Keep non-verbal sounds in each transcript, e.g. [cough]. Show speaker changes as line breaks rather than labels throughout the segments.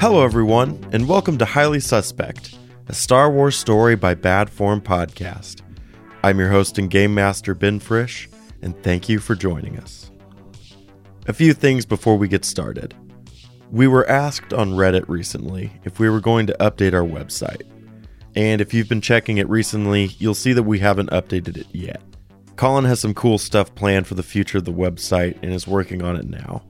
Hello, everyone, and welcome to Highly Suspect, a Star Wars story by Bad Form podcast. I'm your host and game master, Ben Frisch, and thank you for joining us. A few things before we get started. We were asked on Reddit recently if we were going to update our website. And if you've been checking it recently, you'll see that we haven't updated it yet. Colin has some cool stuff planned for the future of the website and is working on it now.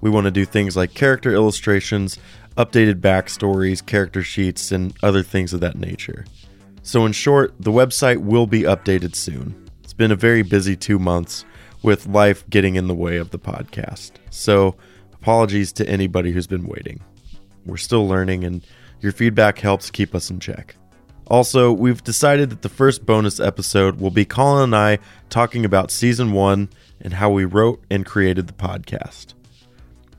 We want to do things like character illustrations, updated backstories, character sheets, and other things of that nature. So, in short, the website will be updated soon. It's been a very busy two months with life getting in the way of the podcast. So, apologies to anybody who's been waiting. We're still learning, and your feedback helps keep us in check. Also, we've decided that the first bonus episode will be Colin and I talking about season one and how we wrote and created the podcast.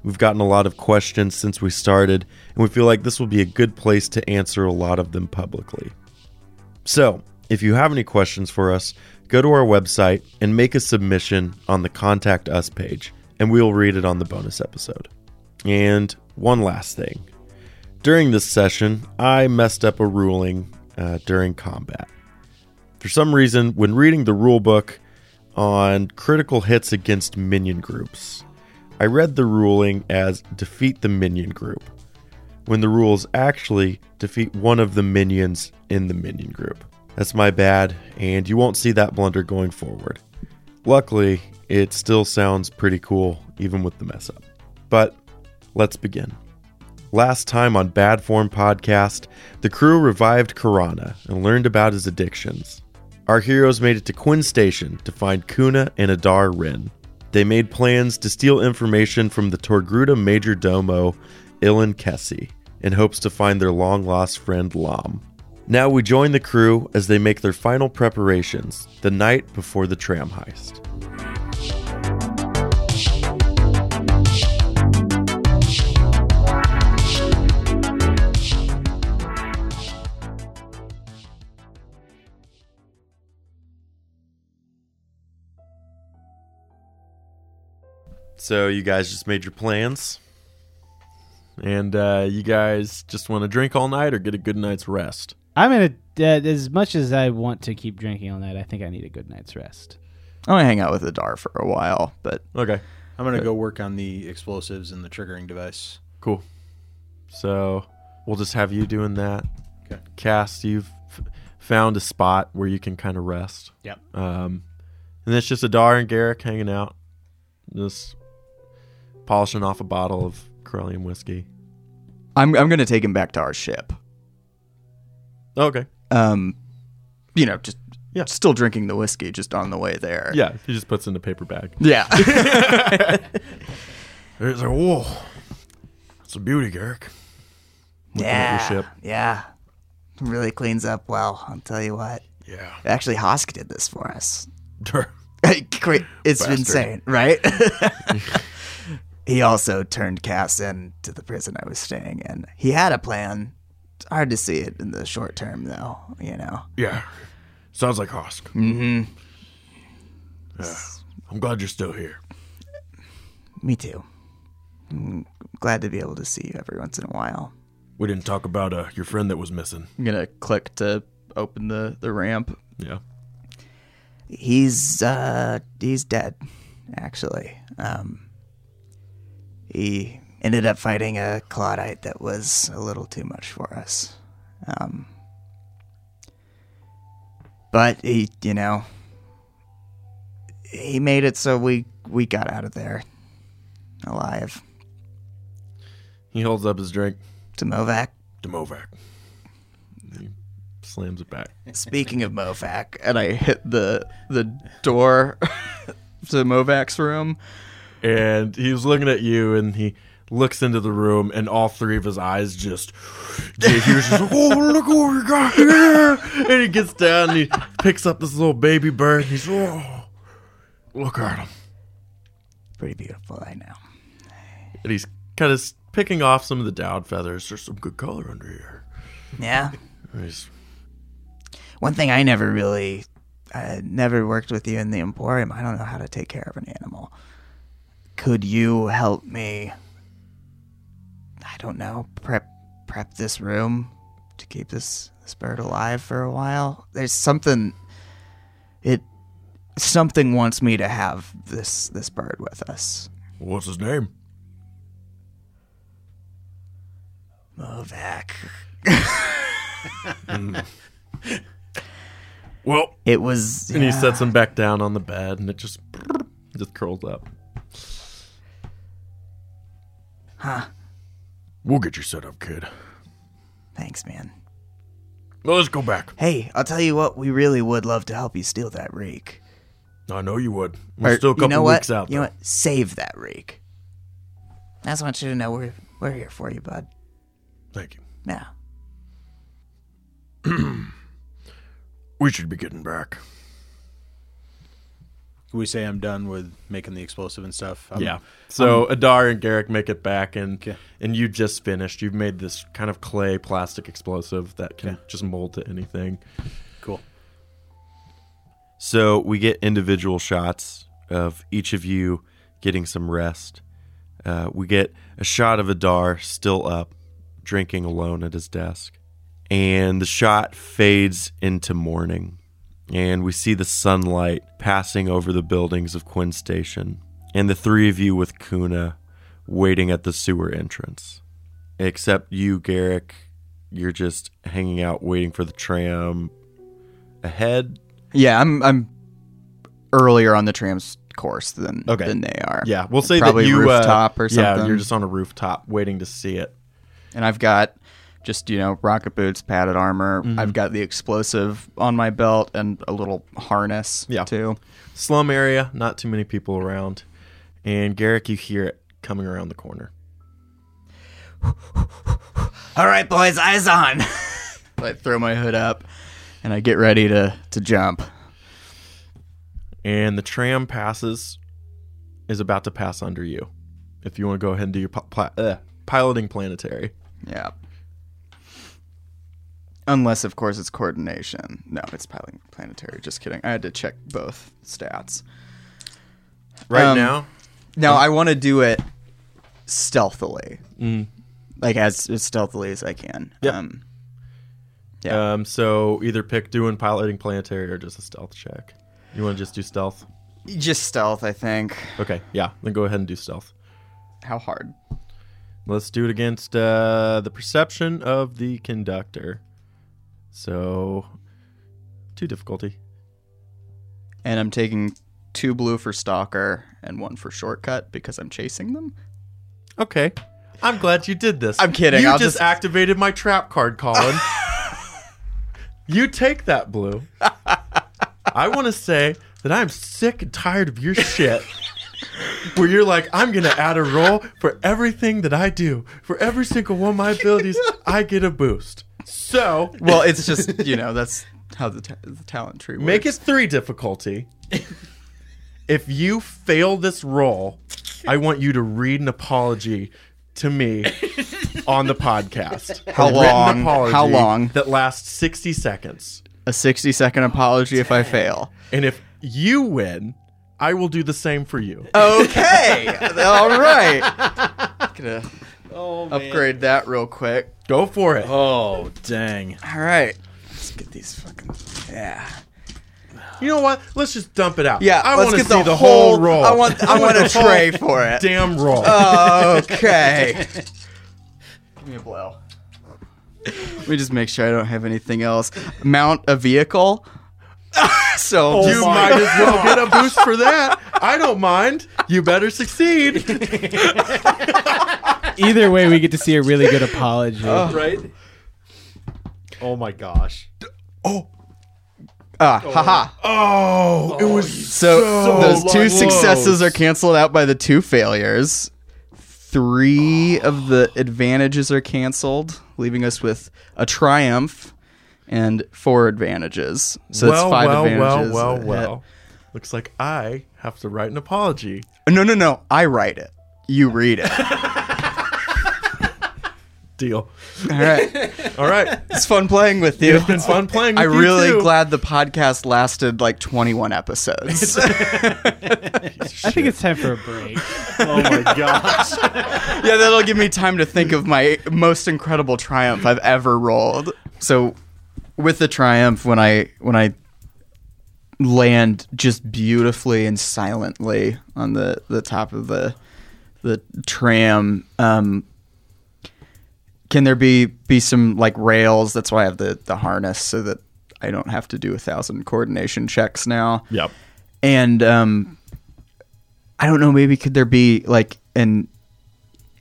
We've gotten a lot of questions since we started, and we feel like this will be a good place to answer a lot of them publicly. So, if you have any questions for us, go to our website and make a submission on the Contact Us page, and we'll read it on the bonus episode. And one last thing during this session, I messed up a ruling uh, during combat. For some reason, when reading the rulebook on critical hits against minion groups, I read the ruling as defeat the minion group, when the rule is actually defeat one of the minions in the minion group. That's my bad, and you won't see that blunder going forward. Luckily, it still sounds pretty cool, even with the mess up. But let's begin. Last time on Bad Form Podcast, the crew revived Karana and learned about his addictions. Our heroes made it to Quinn Station to find Kuna and Adar Rin. They made plans to steal information from the Torgruta Major Domo, Ilan Kessi, in hopes to find their long lost friend Lam. Now we join the crew as they make their final preparations the night before the tram heist. So you guys just made your plans, and uh, you guys just want to drink all night or get a good night's rest.
I'm gonna uh, as much as I want to keep drinking all night. I think I need a good night's rest.
I'm gonna hang out with Adar for a while, but
Okay,
I'm gonna go work on the explosives and the triggering device.
cool. So we'll just have you doing that.
Okay.
Cass, you've f- found a spot where you can kind of rest.
Yep.
Um, and it's just Adar and Garrick hanging out, just polishing off a bottle of Corellian whiskey.
I'm I'm gonna take him back to our ship.
Oh, Okay.
Um, you know, just
Yeah.
still drinking the whiskey just on the way there.
Yeah, he just puts it in a paper [laughs] bag.
yeah.
There's a wall. It's a beauty, Garrick.
yeah.
ship.
Yeah. Really cleans up well. I'll tell you what.
Yeah.
Actually, Hosk did this for us. [laughs]
Dur-
Great. It's insane, right? [laughs] he also turned Cass in to the prison I was staying in. He had a plan. It's hard to see it in the short term, though. You know.
[laughs] Yeah. Sounds like Hosk.
Mm-hmm.
I'm glad you're still here.
Me too. I'm glad to be able to see you every once in a while.
We didn't talk about uh, your friend that was missing.
I'm gonna click to open the the ramp.
Yeah.
He's uh he's dead, actually. Um, he ended up fighting a Claudite that was a little too much for us. Um, but he, you know, he made it so we we got out of there alive.
He holds up his drink
To Movac,
to Movac. He slams it back.
Speaking of Movac, and I hit the the door [laughs] to Movac's room.
And he was looking at you and he looks into the room and all three of his eyes just he was just like, Oh look what we got here And he gets down and he picks up this little baby bird and he's oh look at him.
Pretty beautiful, I know.
And he's kind of picking off some of the down feathers. There's some good color under here.
Yeah.
And he's
One thing I never really, I never worked with you in the Emporium. I don't know how to take care of an animal. Could you help me I don't know, prep prep this room to keep this this bird alive for a while. There's something it something wants me to have this this bird with us.
What's his name?
Movac.
Well,
It was
and he
yeah,
sets him back down on the bed, and it just just curls up.
We'll get you set up, kid.
thanks, man.
Now let's go back.
Hey, I'll tell you what, we really would love to help you steal that reek.
I know you would. We're
Or,
still a couple
you know
weeks
what?
out.
You know
though.
what? Save that reek. I just want you to know we're we're here for you, bud.
Thank you.
Yeah.
We should be getting back.
Can we say I'm done with making the explosive and stuff? I'm-
yeah. So
Um,
Adar and Garrick make it back, and
Okay.
and you just finished. You've made this kind of clay plastic explosive that can just mold to anything.
Cool.
So we get individual shots of each of you getting some rest. Uh, we get a shot of Adar still up, drinking alone at his desk. And the shot fades into morning. And we see the sunlight passing over the buildings of Quinn Station. And the three of you with Kuna waiting at the sewer entrance. Except you, Garrick, you're just hanging out waiting for the tram ahead
Yeah, I'm I'm earlier on the tram's course than
Okay.
than they are.
Yeah, we'll say
Probably
that you
rooftop
uh,
or
Yeah,
something.
you're just on a rooftop waiting to see it.
And I've got just, you know, rocket boots, padded armor.
Mm-hmm.
I've got the explosive on my belt and a little harness
Yeah.
too.
Slum area, not too many people around, and Garrick, you hear it coming around the corner.
All right, boys, eyes on. [laughs] I throw my hood up and I get ready to to jump.
And the tram passes, is about to pass under you. If you want to go ahead and do your pi- pla- uh, piloting planetary,
Yeah. Unless, of course, it's coordination. No, it's piloting planetary. Just kidding. I had to check both stats.
right
Um,
now,
No, I want to do it stealthily,
Mm.
like as, as stealthily as I can.
Yep.
Um, yeah.
um, so either pick doing piloting planetary or just a stealth check. You want to just do stealth?
just stealth, I think.
Okay, yeah, then go ahead and do stealth.
How hard?
Let's do it against uh, the perception of the conductor. So, two difficulty.
And I'm taking two blue for stalker and one for shortcut because I'm chasing them.
Okay. I'm glad you did this.
I'm kidding,
You
I'll
just,
just-
activated my trap
[laughs]
card, Colin. you take that blue. I want to say that I'm sick and tired of your shit. Where you're like, I'm gonna add a roll for everything that I do. For every single one of my abilities, I get a boost. So
Well, it's just you know that's how the, ta- the talent tree works.
Make it three difficulty. if you fail this roll, I want you to read an apology to me on the podcast.
[laughs] How
A written
long? How long?
That lasts 60 seconds.
a 60 second apology if I fail.
And if you win, I will do the same for you.
Uh, Okay. [laughs] All right. Gonna upgrade that real quick.
Go for it.
uh.
Oh dang!
All right. Let's get these fucking yeah.
You know what? Let's just dump it out.
Yeah,
I
let's
want to
get
see
the
the, whole,
whole-
roll.
I want- Uh, I want [laughs]
the
a
whole
tray for it.
[laughs] Damn roll.
[laughs] Okay. Give me a blow. Let me just make sure I don't have anything else. Mount a vehicle. [laughs] so
you might as well get a boost for that. I don't mind. You better succeed.
Either way, we get to see a really good apology.
right? [laughs] Oh my gosh.
ah, haha.
Oh, it was
So, those two
close.
successes are canceled out by the two failures. Three of the advantages are canceled, leaving us with a triumph and four advantages. So
well,
that's five
well,
advantages. Uh,
well, well,
that-
well. Looks like I have to write an apology. [laughs]
No, no, no. I write it. You read it.
Deal.
All right.
[laughs] All right.
It's fun playing with you.
It's been fun
[laughs]
playing with
I'm
you
really
too.
glad the podcast lasted like 21 episodes.
I think it's time for a break.
Oh my gosh.
yeah, that'll give me time to think of my most incredible triumph I've ever rolled. So, with the triumph, when I when I land just beautifully and silently on the the top of the the tram, um, can there be be some like rails? That's why I have the the harness so that I don't have to do a thousand coordination checks now
Yep.
and um i don't know maybe could there be like an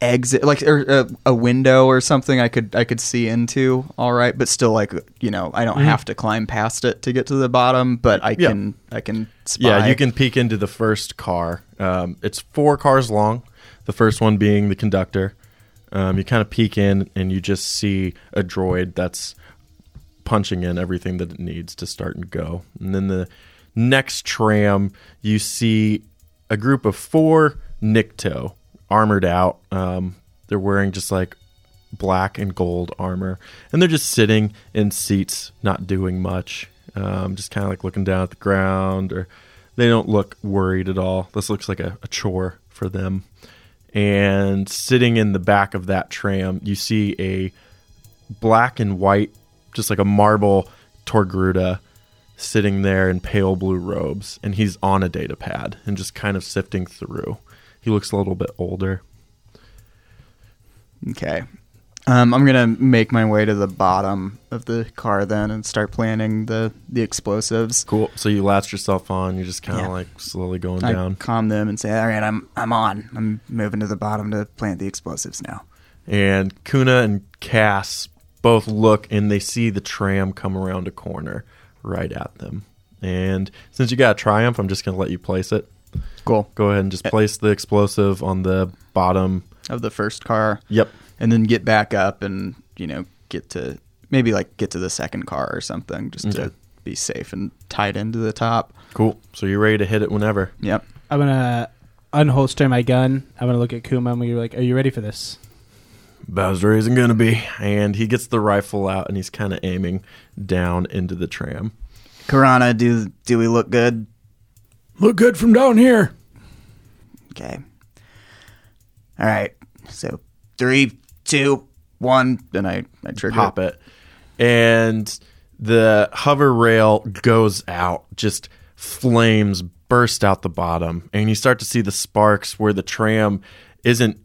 exit like or a, a window or something i could i could see into all right but still like you know i don't have to climb past it to get to the bottom but i
Mm-hmm. Yeah.
can i can spy.
Yeah, you can peek into the first car. Um, it's four cars long, the first one being the conductor. Um, you kind of peek in and you just see a droid that's punching in everything that it needs to start and go. And then the next tram, you see a group of four Nikto armored out. Um, they're wearing just like black and gold armor, and they're just sitting in seats, not doing much. Um, just kind of like looking down at the ground, or they don't look worried at all. This looks like a, a chore for them. And sitting in the back of that tram, you see a black and white, just like a marble Torgruda sitting there in pale blue robes, and he's on a data pad and just kind of sifting through. He looks a little bit older.
okay um, i'm gonna make my way to the bottom of the car then and start planning the the explosives
Cool. So you latch yourself on, you're just kind of
Yeah.
like slowly going
I
down.
calm them and say, "All right, I'm I'm on. I'm moving to the bottom to plant the explosives now."
And Kuna and Cass both look and they see the tram come around a corner right at them. And since you got a triumph, I'm just going to let you place it.
Cool.
Go ahead and just place the explosive on the bottom.
Of the first car.
Yep.
and then get back up and you know get to maybe like get to the second car or something just
Okay.
to be safe and tied into the top.
Cool. So you're ready to hit it whenever.
Yep.
I'm gonna unholster my gun. I'm gonna look at Kuma and we're like, "Are you ready for this?"
Bowser isn't going to be. And he gets the rifle out and he's kind of aiming down into the tram.
Karana, do do we look good?
Look good from down here.
Okay. All right. So three, two, one, and I I trigger.
pop it. And the hover rail goes out, just flames burst out the bottom. And you start to see the sparks where the tram isn't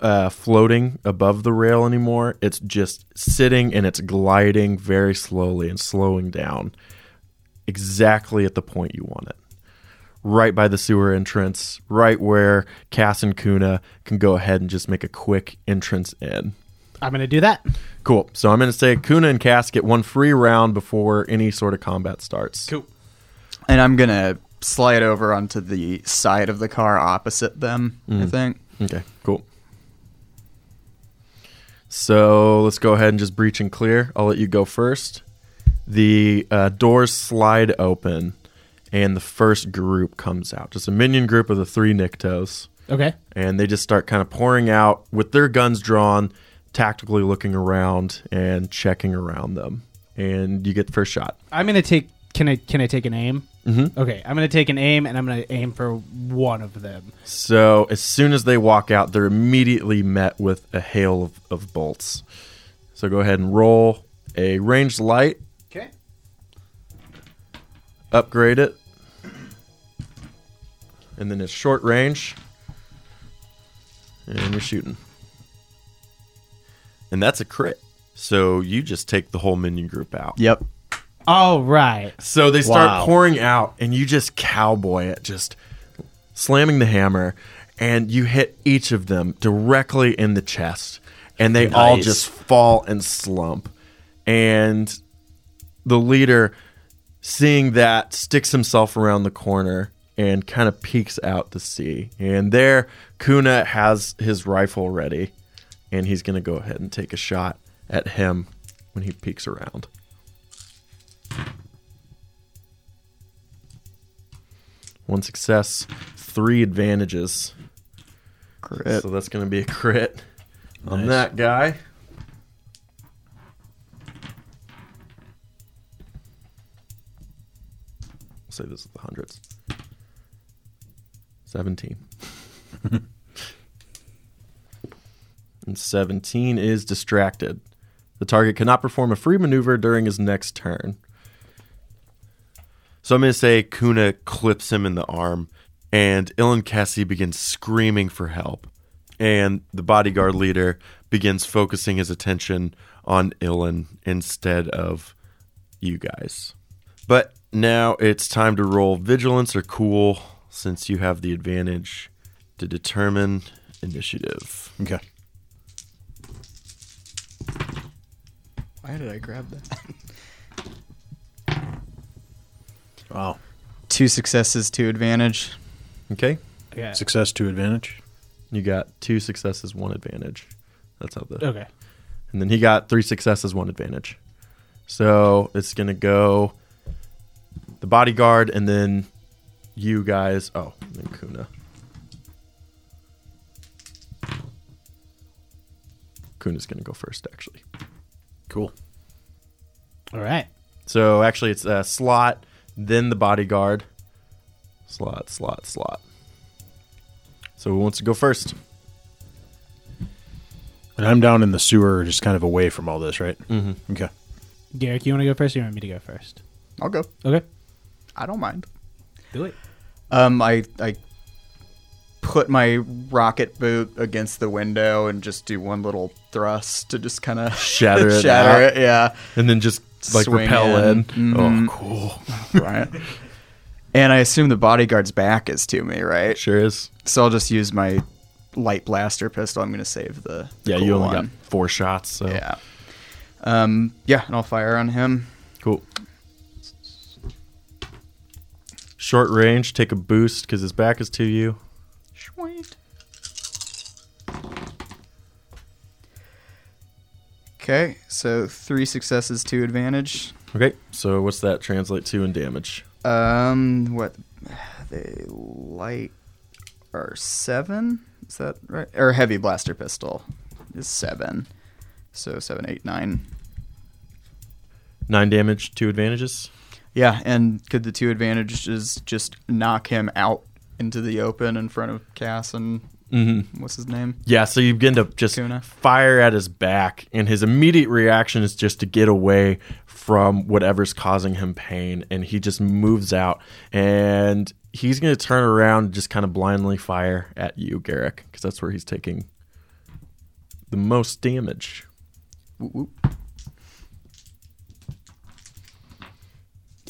uh, floating above the rail anymore. It's just sitting and it's gliding very slowly and slowing down exactly at the point you want it. Right by the sewer entrance, right where Cass and Kuna can go ahead and just make a quick entrance in.
I'm gonna do that.
Cool. So I'm going to say Kuna and Cass get one free round before any sort of combat starts.
Cool.
And I'm gonna slide over onto the side of the car opposite them. I think.
Okay, cool. So let's go ahead and just breach and clear. I'll let you go first. The uh, doors slide open, and the first group comes out. Just a minion group of the three Niktos.
Okay.
and they just start kind of pouring out with their guns drawn, tactically looking around and checking around them. And you get the first shot.
I'm gonna take. Can I can I take an aim? Mm-hmm. Okay. I'm gonna take an aim and I'm gonna aim for one of them.
So as soon as they walk out, they're immediately met with a hail of, of bolts. So go ahead and roll a ranged light,
Okay.
upgrade it, and then it's short range, and you're shooting. And that's a crit. So you just take the whole minion group out.
Yep.
All right.
So they start
Wow.
pouring out, and you just cowboy it, just slamming the hammer, and you hit each of them directly in the chest, and they all
Nice.
just fall and slump. And the leader, seeing that, sticks himself around the corner and kind of peeks out to see. And there, Kuna has his rifle ready, and he's going to go ahead and take a shot at him when he peeks around. One success, three advantages.
Crit.
So that's going to be a crit on that guy. We'll say this is the hundreds. 17. [laughs] and 17 is distracted. The target cannot perform a free maneuver during his next turn. So I'm going to say Kuna clips him in the arm, and Ilan Cassie begins screaming for help. And the bodyguard leader begins focusing his attention on Ilan instead of you guys. But now it's time to roll vigilance or cool since you have the advantage to determine initiative.
Okay.
Why did I grab that?
[laughs] Wow.
Two successes, two advantage.
Okay?
Yeah.
Success to advantage.
You got two successes, one advantage. That's how the.
Okay.
And then he got three successes, one advantage. So it's going to go the bodyguard and then you guys. Oh, and then Kuna. Kuna's going to go first, actually.
Cool.
All right.
So actually, it's uh, slot, then the bodyguard. Slot, slot, slot. So who wants to go first?
And I'm down in the sewer, just kind of away from all this, right? Mm-hmm. Okay.
Garrick, you want to go first or you want me to go first?
I'll go.
Okay.
I don't mind.
Do it.
Um, I I put my rocket boot against the window and just do one little thrust to just kind of [laughs]
Shatter it
shatter it.
out.
Yeah.
And then just like
Swing
repel
in.
in.
Mhm.
Oh,
[laughs]
cool.
right? And I assume the bodyguard's back is to me, right?
Sure is.
So I'll just use my light blaster pistol. I'm going to save the, the
Yeah,
cool
you only
one.
got four shots. So
yeah, um, yeah, and I'll fire on him.
cool. Short range, take a boost because his back is to you.
Sweet. Okay, so three successes, two advantage.
Okay, so what's that translate to in damage?
Um, what the light are seven? Is that right? Or heavy blaster pistol is seven. So seven, eight, nine.
Nine damage, two advantages.
Yeah, and could the two advantages just knock him out into the open in front of Cass and what's his name?
Yeah, so you begin to just
Kuna.
fire at his back, and his immediate reaction is just to get away from whatever's causing him pain, and he just moves out, and he's going to turn around and just kind of blindly fire at you, Garrick, because that's where he's taking the most damage.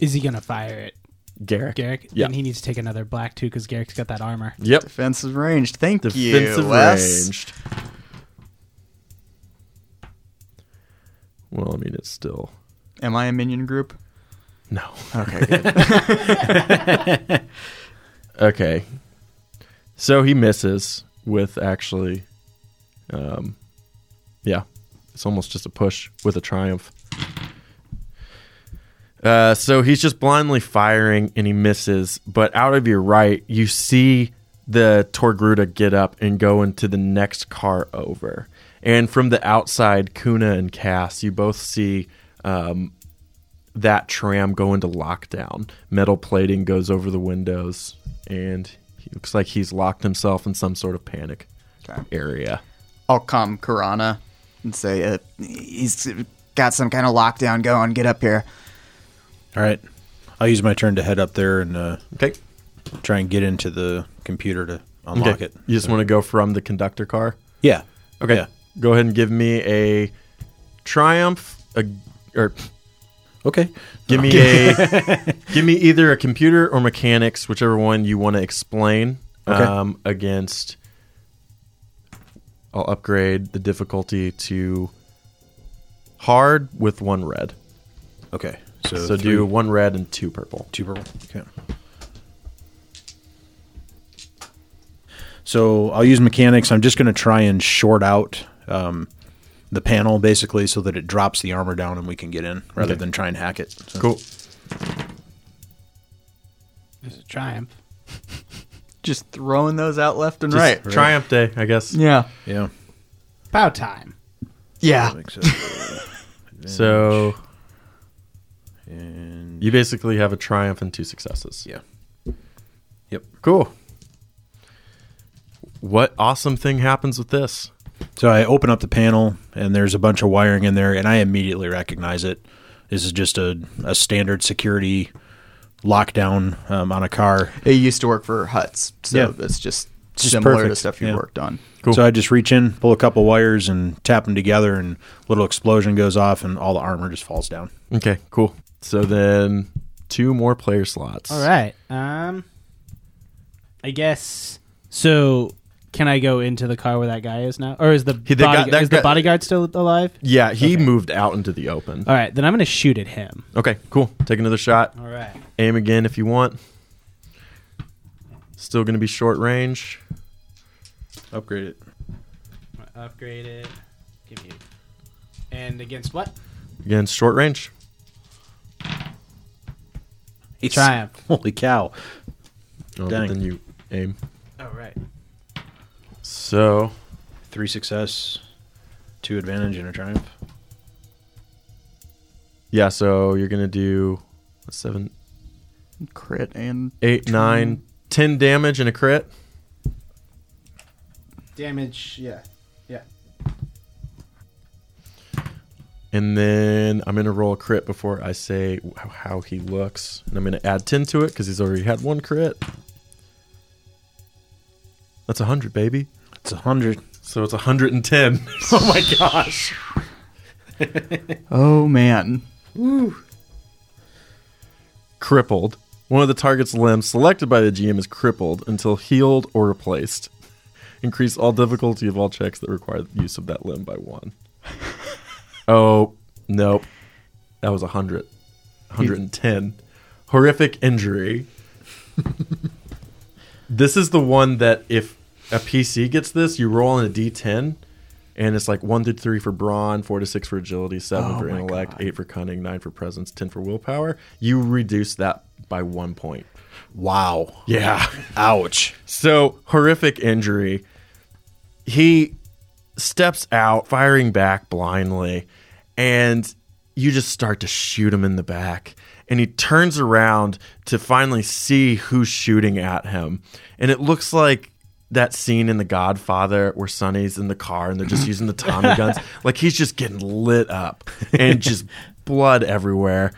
Is he going to fire it?
Garrick.
Garrick?
Yeah.
Then he needs to take another black too because Garrick's got that armor.
Yep.
Defensive ranged. Thank you.
Defensive
Wes.
ranged. Well, I mean, it's still
Am I a minion group?
no.
Okay, good.
Okay. So he misses with actually, um, yeah, it's almost just a push with a triumph. Uh, so he's just blindly firing and he misses. But out of your right, you see the Torgruta get up and go into the next car over. And from the outside, Kuna and Cass, you both see um, that tram go into lockdown. Metal plating goes over the windows, and he looks like he's locked himself in some sort of panic
Okay.
area.
I'll calm Karana and say, uh, he's got some kind of lockdown going. Get up here.
[laughs] All right. I'll use my turn to head up there and uh,
Okay.
try and get into the computer to unlock it.
You just want to go from the conductor car?
Yeah.
Okay.
Yeah.
Go ahead and give me a triumph, a, or
Okay.
give me a give me either a computer or mechanics, whichever one you want to explain.
Okay.
Um, against, I'll upgrade the difficulty to hard with one red.
Okay. So,
So
three-
do one red and two purple.
Two purple. Okay. So I'll use mechanics. I'm just going to try and short out um, the panel basically so that it drops the armor down and we can get in rather
Okay.
than try and hack it. So-
Cool.
There's a triumph.
Just throwing those out left and
Just
right.
Triumph day, I guess.
Yeah.
Yeah.
Pow time.
Yeah.
Makes sense.
So
and
You basically have a triumph and two successes.
Yeah.
Cool. What awesome thing happens with this?
So I open up the panel, and there's a bunch of wiring in there, and I immediately recognize it. This is just a, a standard security lockdown um, on a car.
It used to work for Huts, so
Yeah.
it's just,
Just
similar to
perfect,
stuff you
yeah.
worked on.
So I just reach in, pull a couple wires, and tap them together, and little explosion goes off, and all the armor just falls down.
Okay, cool. So then two more player slots.
All right. Um, I guess. So, can I go into the car where that guy is now, or is the
He- that guy-
body,
that
is
guy-
the bodyguard still alive?
Yeah, he moved out into the open.
All right. Then I'm gonna shoot at him.
Okay, cool. Take another shot.
All right.
Aim again if you want. Still going to be short range.
Upgrade it.
Upgrade it. Give me. And against what?
Again, short range.
Triumph.
Holy cow!
Oh, but
Dang.
Then you aim.
All right.
So
Three success, two advantage, and a triumph.
yeah, so you're gonna do seven,
Crit and
eight, nine, ten damage and a crit.
Damage. Yeah. Yeah.
And then I'm going to roll a crit before I say wh- how he looks. And I'm going to add 10 to it because he's already had one crit. That's 100, baby.
It's a hundred.
So it's 110. [laughs] oh my gosh.
oh man,
Crippled. One of the target's limbs selected by the GM is crippled until healed or replaced. Increase all difficulty of all checks that require the use of that limb by one. oh, nope. That was 100. 110. Horrific injury. this is the one that if a PC gets this, you roll in a D10, and it's like one to three for brawn, four to six for agility, seven
Oh
for
my
intellect,
God.
eight for cunning, nine for presence, ten for willpower. You reduce that by one point.
Wow.
Yeah.
Ouch.
So horrific injury. He steps out, firing back blindly, and you just start to shoot him in the back. And he turns around to finally see who's shooting at him. And it looks like that scene in The Godfather where Sonny's in the car and they're just using the Tommy guns. Like he's just getting lit up and just blood everywhere.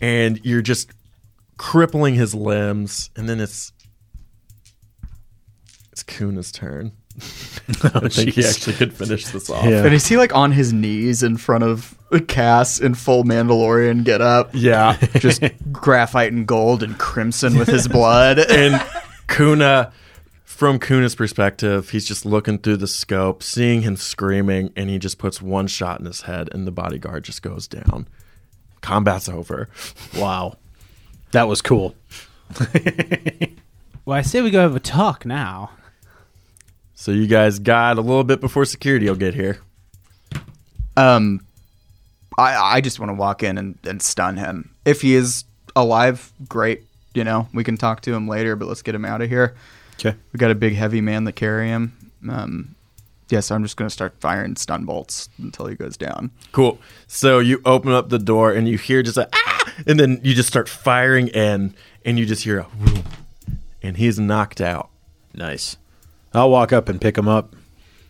And you're just crippling his limbs. And then it's it's Kuna's [laughs] turn. I think he
jeez.
Oh, actually could finish this off.
Yeah.
and is he like on his knees in front of Cass in full Mandalorian get
[laughs]
up?
Yeah.
just graphite and gold and crimson with his
[laughs]
blood.
and Kuna, from Kuna's perspective, he's just looking through the scope, seeing him screaming, and he just puts one shot in his head, and the bodyguard just goes down. Combat's over.
Wow. That was cool.
Well, I say we go have a talk
[laughs]
now.
So you guys got a little bit before security will get here.
Um, I I just want to walk in and, and stun him. If he is alive, great. You know, we can talk to him later, but let's get him out of here.
Okay.
We got a big heavy man to carry him. Um, yeah, so I'm just gonna start firing stun bolts until he goes down.
Cool. So you open up the door and you hear just a ah, and then you just start firing in, and you just hear a whoom, and he's knocked out.
Nice. I'll walk up and pick him up.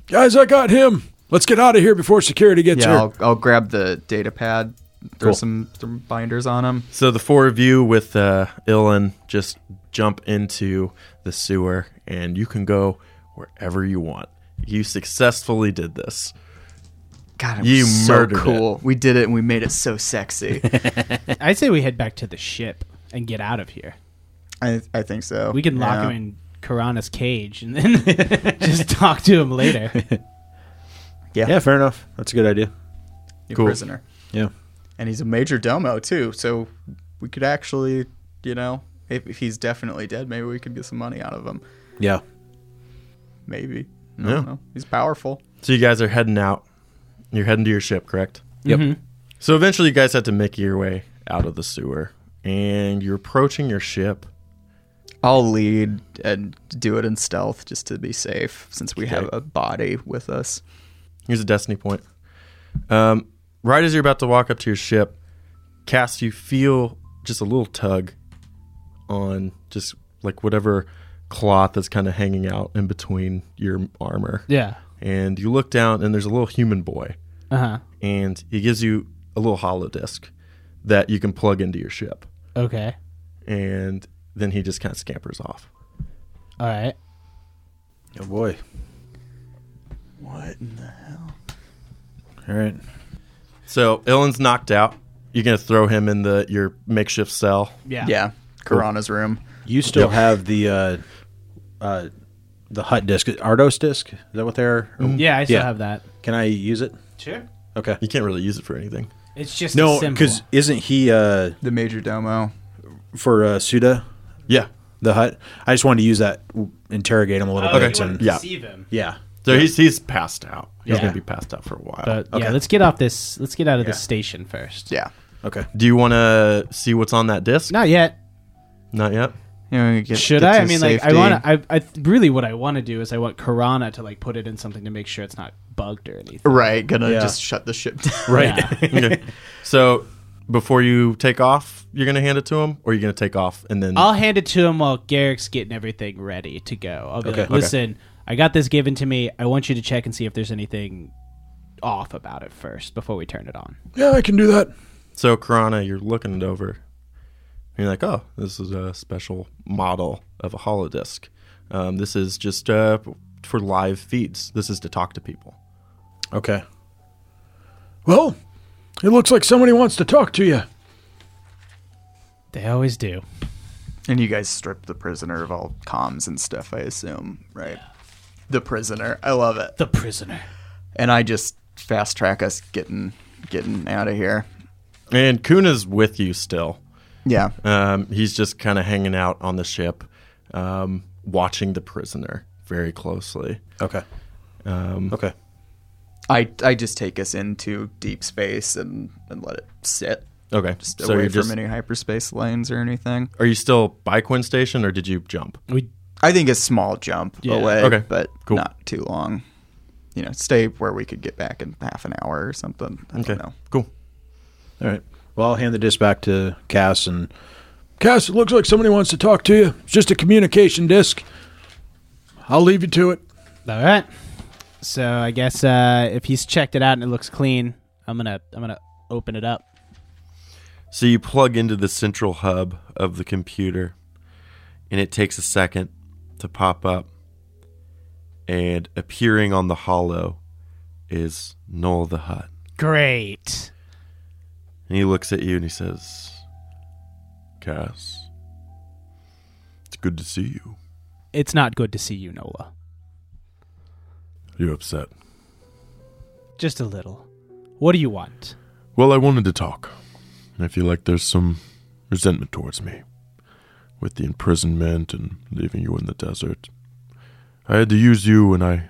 Guys, I got him. Let's get out of here before security gets
Yeah,
here.
I'll, I'll grab the data pad. Throw
Cool.
some, some binders on him.
So the four of you with uh, Ilan just jump into the sewer, and you can go wherever you want. You successfully did this.
God, it
You
was so
murdered it.
cool. We did it, and we made it so
[laughs]
sexy.
I say we head back to the ship and get out of here.
I, I think so.
We can lock
Yeah.
him in Karana's cage and then [laughs] just talk to him later.
Yeah, fair enough. That's a good idea.
New
Cool.
prisoner.
Yeah.
and he's a major domo too. So we could actually, you know, if, if he's definitely dead, maybe we could get some money out of him.
Yeah.
Maybe. I
Yeah.
don't know. He's powerful.
So you guys are heading out. You're heading to your ship, correct?
Yep.
So eventually, you guys had to make your way out of the sewer, and you're approaching your ship.
I'll lead and do it in stealth just to be safe, since we have a body with us.
Here's a destiny point. Um, right as you're about to walk up to your ship, Cass, you feel just a little tug on just like whatever cloth that's kind of hanging out in between your armor.
Yeah.
And you look down, and there's a little human boy,
Uh huh.
and he gives you a little hollow disk that you can plug into your ship.
Okay.
And then he just kind of scampers off.
All right.
Oh boy.
What in the hell?
All right.
So Illen's knocked out. You're gonna throw him in the your makeshift cell.
Yeah.
Yeah. Karana's room.
You still have the uh, uh, the hut disc, Ardos disc. Is that what they're?
Mm-hmm.
Yeah, I still
Yeah.
have that.
Can I use it?
Sure.
Okay.
You can't really use it for anything.
It's just
No,
because
because isn't he uh,
The major domo.
for uh, Suda
Yeah.
the hut? I just wanted to use that, w- interrogate him a
Oh,
little bit. And,
yeah.
him.
yeah.
So he's he's passed out. He's
Yeah.
gonna be passed out for a while.
But yeah,
Okay.
let's get off this. Let's get out of this
Yeah.
station first.
Yeah.
Okay.
Do you want to see what's on that disc?
Not yet. [laughs]
Not yet.
You know, get,
Should
get
I?
to
I mean, like,
safety.
I want to. I, I th- really what I want to do is I want Karana to like put it in something to make sure it's not bugged or anything.
Right. Gonna
Yeah.
just shut the ship
[laughs]
down.
Right.
Yeah.
Okay. so before you take off, you're gonna hand it to him, or you're gonna take off and then
I'll hand it to him while Garrick's getting everything ready to go. I'll be
Okay.
like,
Okay.
listen, I got this given to me. I want you to check and see if there's anything off about it first before we turn it on.
Yeah, I can do that.
so Karana, you're looking it over. And you're like, oh, this is a special model of a holodisc. Um, this is just uh, for live feeds. This is to talk to people.
Okay.
Well, it looks like somebody wants to talk to you.
They always do.
And you guys stripped the prisoner of all comms and stuff, I assume, right? The prisoner. I love it.
The prisoner.
And I just fast track us getting getting out of here.
And Kuna's with you still.
Yeah.
Um, he's just kind of hanging out on the ship, um, watching the prisoner very closely.
Okay. Um, okay.
I I just take us into deep space and, and let it sit.
Okay,
Just
so
away
you're
from
just
any hyperspace lanes or anything.
are you still by Quinn Station or did you jump?
We
I think a small jump
Yeah.
away,
Okay.
but
Cool.
not too long. You know, stay where we could get back in half an hour or something. I don't know.
cool.
All right. Well, I'll hand the disc back to Cass and
Cass, it looks like somebody wants to talk to you. It's just a communication disc. I'll leave you to it.
all right. So I guess uh, if he's checked it out and it looks clean, I'm gonna I'm gonna open it up.
So you plug into the central hub of the computer, and it takes a second to pop up. And appearing on the hollow is Noel the Hut.
Great.
And he looks at you and he says, Cass, it's good to see you.
It's not good to see you, Nola.
You upset?
Just a little. What do you want?
Well, I wanted to talk. I feel like there's some resentment towards me with the imprisonment and leaving you in the desert. I had to use you, and I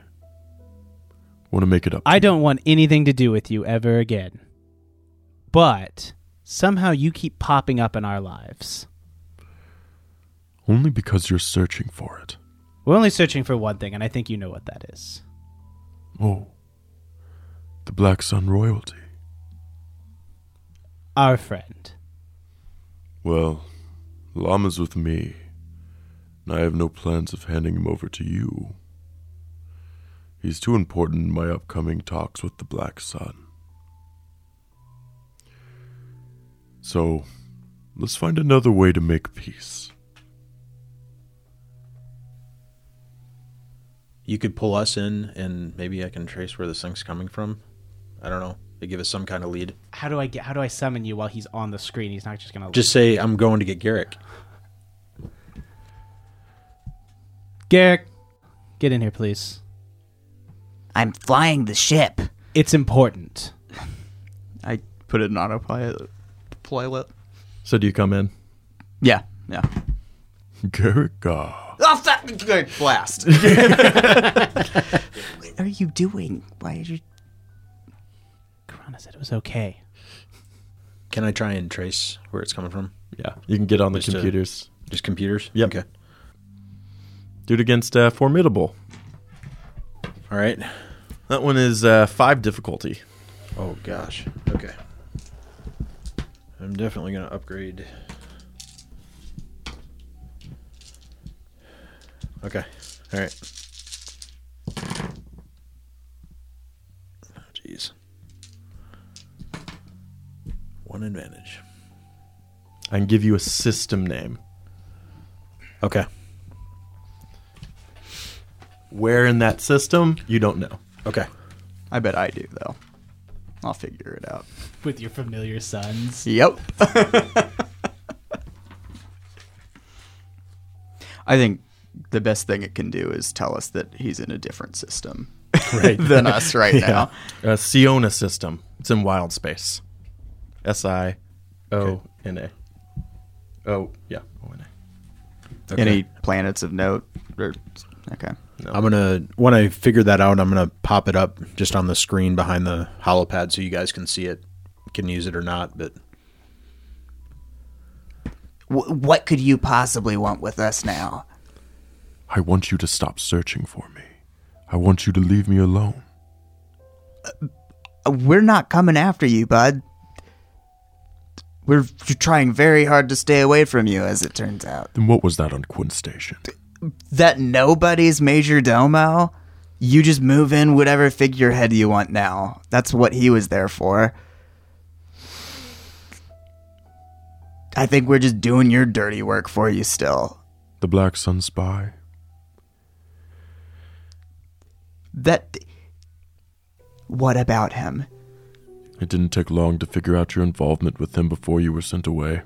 want to make it up.
I don't want anything to do with you ever again. But somehow you keep popping up in our lives.
Only because you're searching for it.
We're only searching for one thing, and I think you know what that is.
Oh. The Black Sun royalty.
Our friend.
Well, Lama's with me, and I have no plans of handing him over to you. He's too important in my upcoming talks with the Black Sun. So, let's find another way to make peace.
you could pull us in and maybe I can trace where this thing's coming from. I don't know. They give us some kind of lead.
How do I get? How do I summon you while he's on the screen? He's not just gonna
Just say I'm going to get Garrick.
Garrick. Get in here, please.
I'm flying the ship.
It's important.
I put it in autopilot. Pilot.
So, do you come in?
Yeah. Yeah.
Garriga.
Oh, fuck! Good
[laughs]
blast. [laughs]
What are you doing? Why are you?
Karana said it was okay.
Can I try and trace where it's coming from?
Yeah, you can get on the
Just, uh,
computers.
Just computers?
Yep.
Okay.
Do it against uh, Formidable.
All right.
That one is uh, five difficulty.
Oh gosh. Okay. I'm definitely gonna upgrade Okay. All right. Oh, Jeez. One advantage.
I can give you a system name.
Okay.
Where in that system, you don't know.
Okay.
I bet I do though. I'll figure it out.
with your familiar sons.
Yep. [laughs] I think the best thing it can do is tell us that he's in a different system
[laughs] Right.
[laughs] than us
[laughs]
right now.
Uh, Siona system. It's in wild space. S I O N A. Oh, yeah. O N A.
Okay.
Any planets of note? Or, okay.
I'm gonna when I figure that out, I'm gonna pop it up just on the screen behind the holopad so you guys can see it, can use it or not. But
W- what could you possibly want with us now?
I want you to stop searching for me. I want you to leave me alone.
Uh, We're not coming after you, bud. We're trying very hard to stay away from you, as it turns out.
Then what was that on Quinn Station?
That nobody's major domo. You just move in whatever figurehead you want now. That's what he was there for. I think we're just doing your dirty work for you still.
The Black Sun Spy?
That. What about him?
It didn't take long to figure out your involvement with him before you were sent away.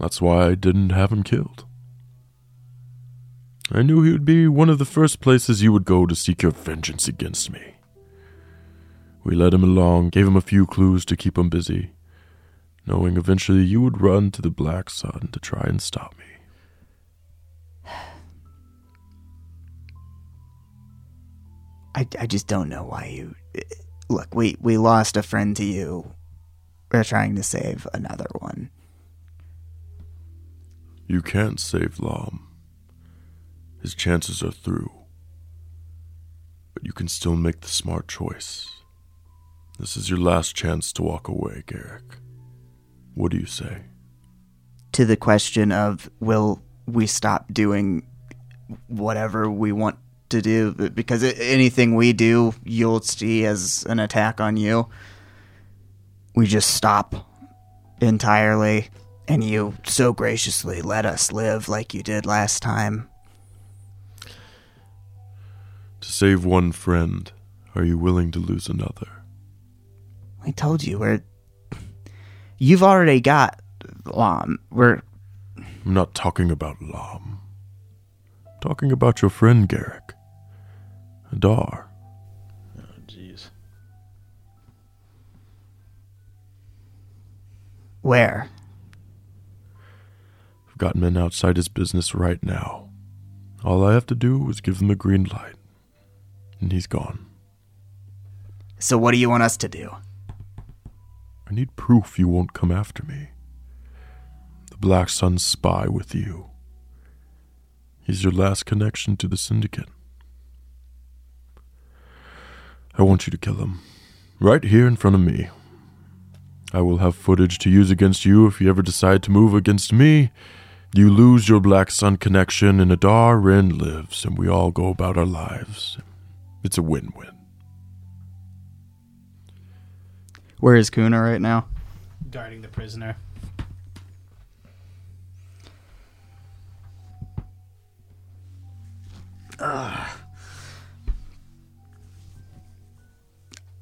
That's why I didn't have him killed. I knew he would be one of the first places you would go to seek your vengeance against me. We led him along, gave him a few clues to keep him busy, knowing eventually you would run to the Black Sun to try and stop me.
I, I just don't know why you. Look, we, we lost a friend to you. We're trying to save another one.
You can't save Lom. His chances are through. But you can still make the smart choice. This is your last chance to walk away, Garrick. What do you say?
To the question of will we stop doing whatever we want to do? Because i- anything we do, you'll see as an attack on you. We just stop entirely, and you so graciously let us live like you did last time.
To save one friend, are you willing to lose another?
I told you we're. You've already got Lom. We're
I'm not talking about Lom. I'm talking about your friend, Garrick. Adar.
jeez,
where?
I've got men outside his business right now. All I have to do is give them the green light, and he's gone.
So what do you want us to do?
I need proof you won't come after me. The Black Sun spy with you. He's your last connection to the Syndicate. I want you to kill him. Right here in front of me. I will have footage to use against you if you ever decide to move against me. You lose your Black Sun connection, and Adar Ren lives, and we all go about our lives. It's a win win.
Where is Kuna right now?
Guarding the prisoner.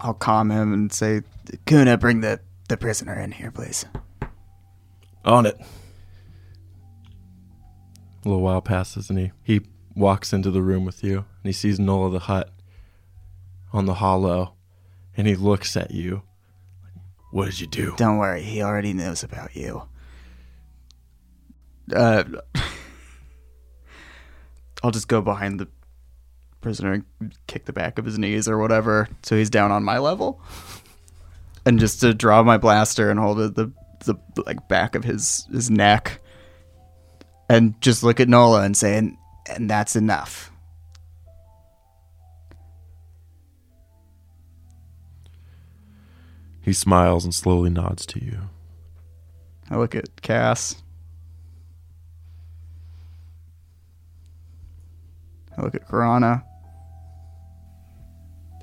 I'll calm him and say, Kuna, bring the, the prisoner in here, please.
on it.
A little while passes and he, he walks into the room with you and he sees Nola the Hut on the hollow and he looks at you. What did you do?
Don't worry, he already knows about you.
Uh, [laughs] I'll just go behind the prisoner and kick the back of his knees or whatever so he's down on my level. And just to draw my blaster and hold it the the like back of his his neck and just look at Nola and say
And, and that's enough.
He smiles and slowly nods to you.
I look at Cass.
I look at Karana.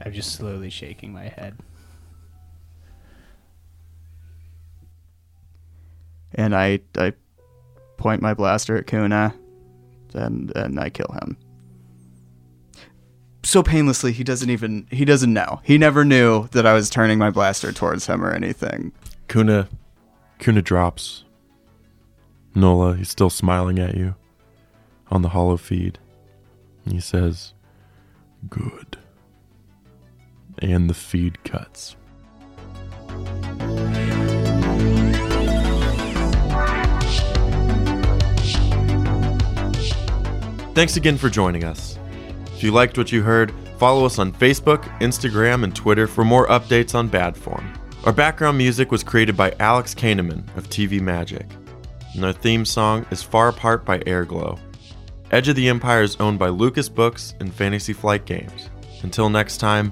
I'm just slowly shaking my head.
and I I point my blaster at Kuna, and and I kill him. So painlessly, he doesn't even he doesn't know. He never knew that I was turning my blaster towards him or anything.
Kuna,
Kuna drops. Nola, he's still smiling at you on the hollow feed. He says, Good. And the feed cuts.
Thanks again for joining us. If you liked what you heard, follow us on Facebook, Instagram, and Twitter for more updates on Bad Form. Our background music was created by Alex Kahneman of TV Magic, and our theme song is Far Apart by Airglow. Edge of the Empire is owned by Lucas Books and Fantasy Flight Games. Until next time,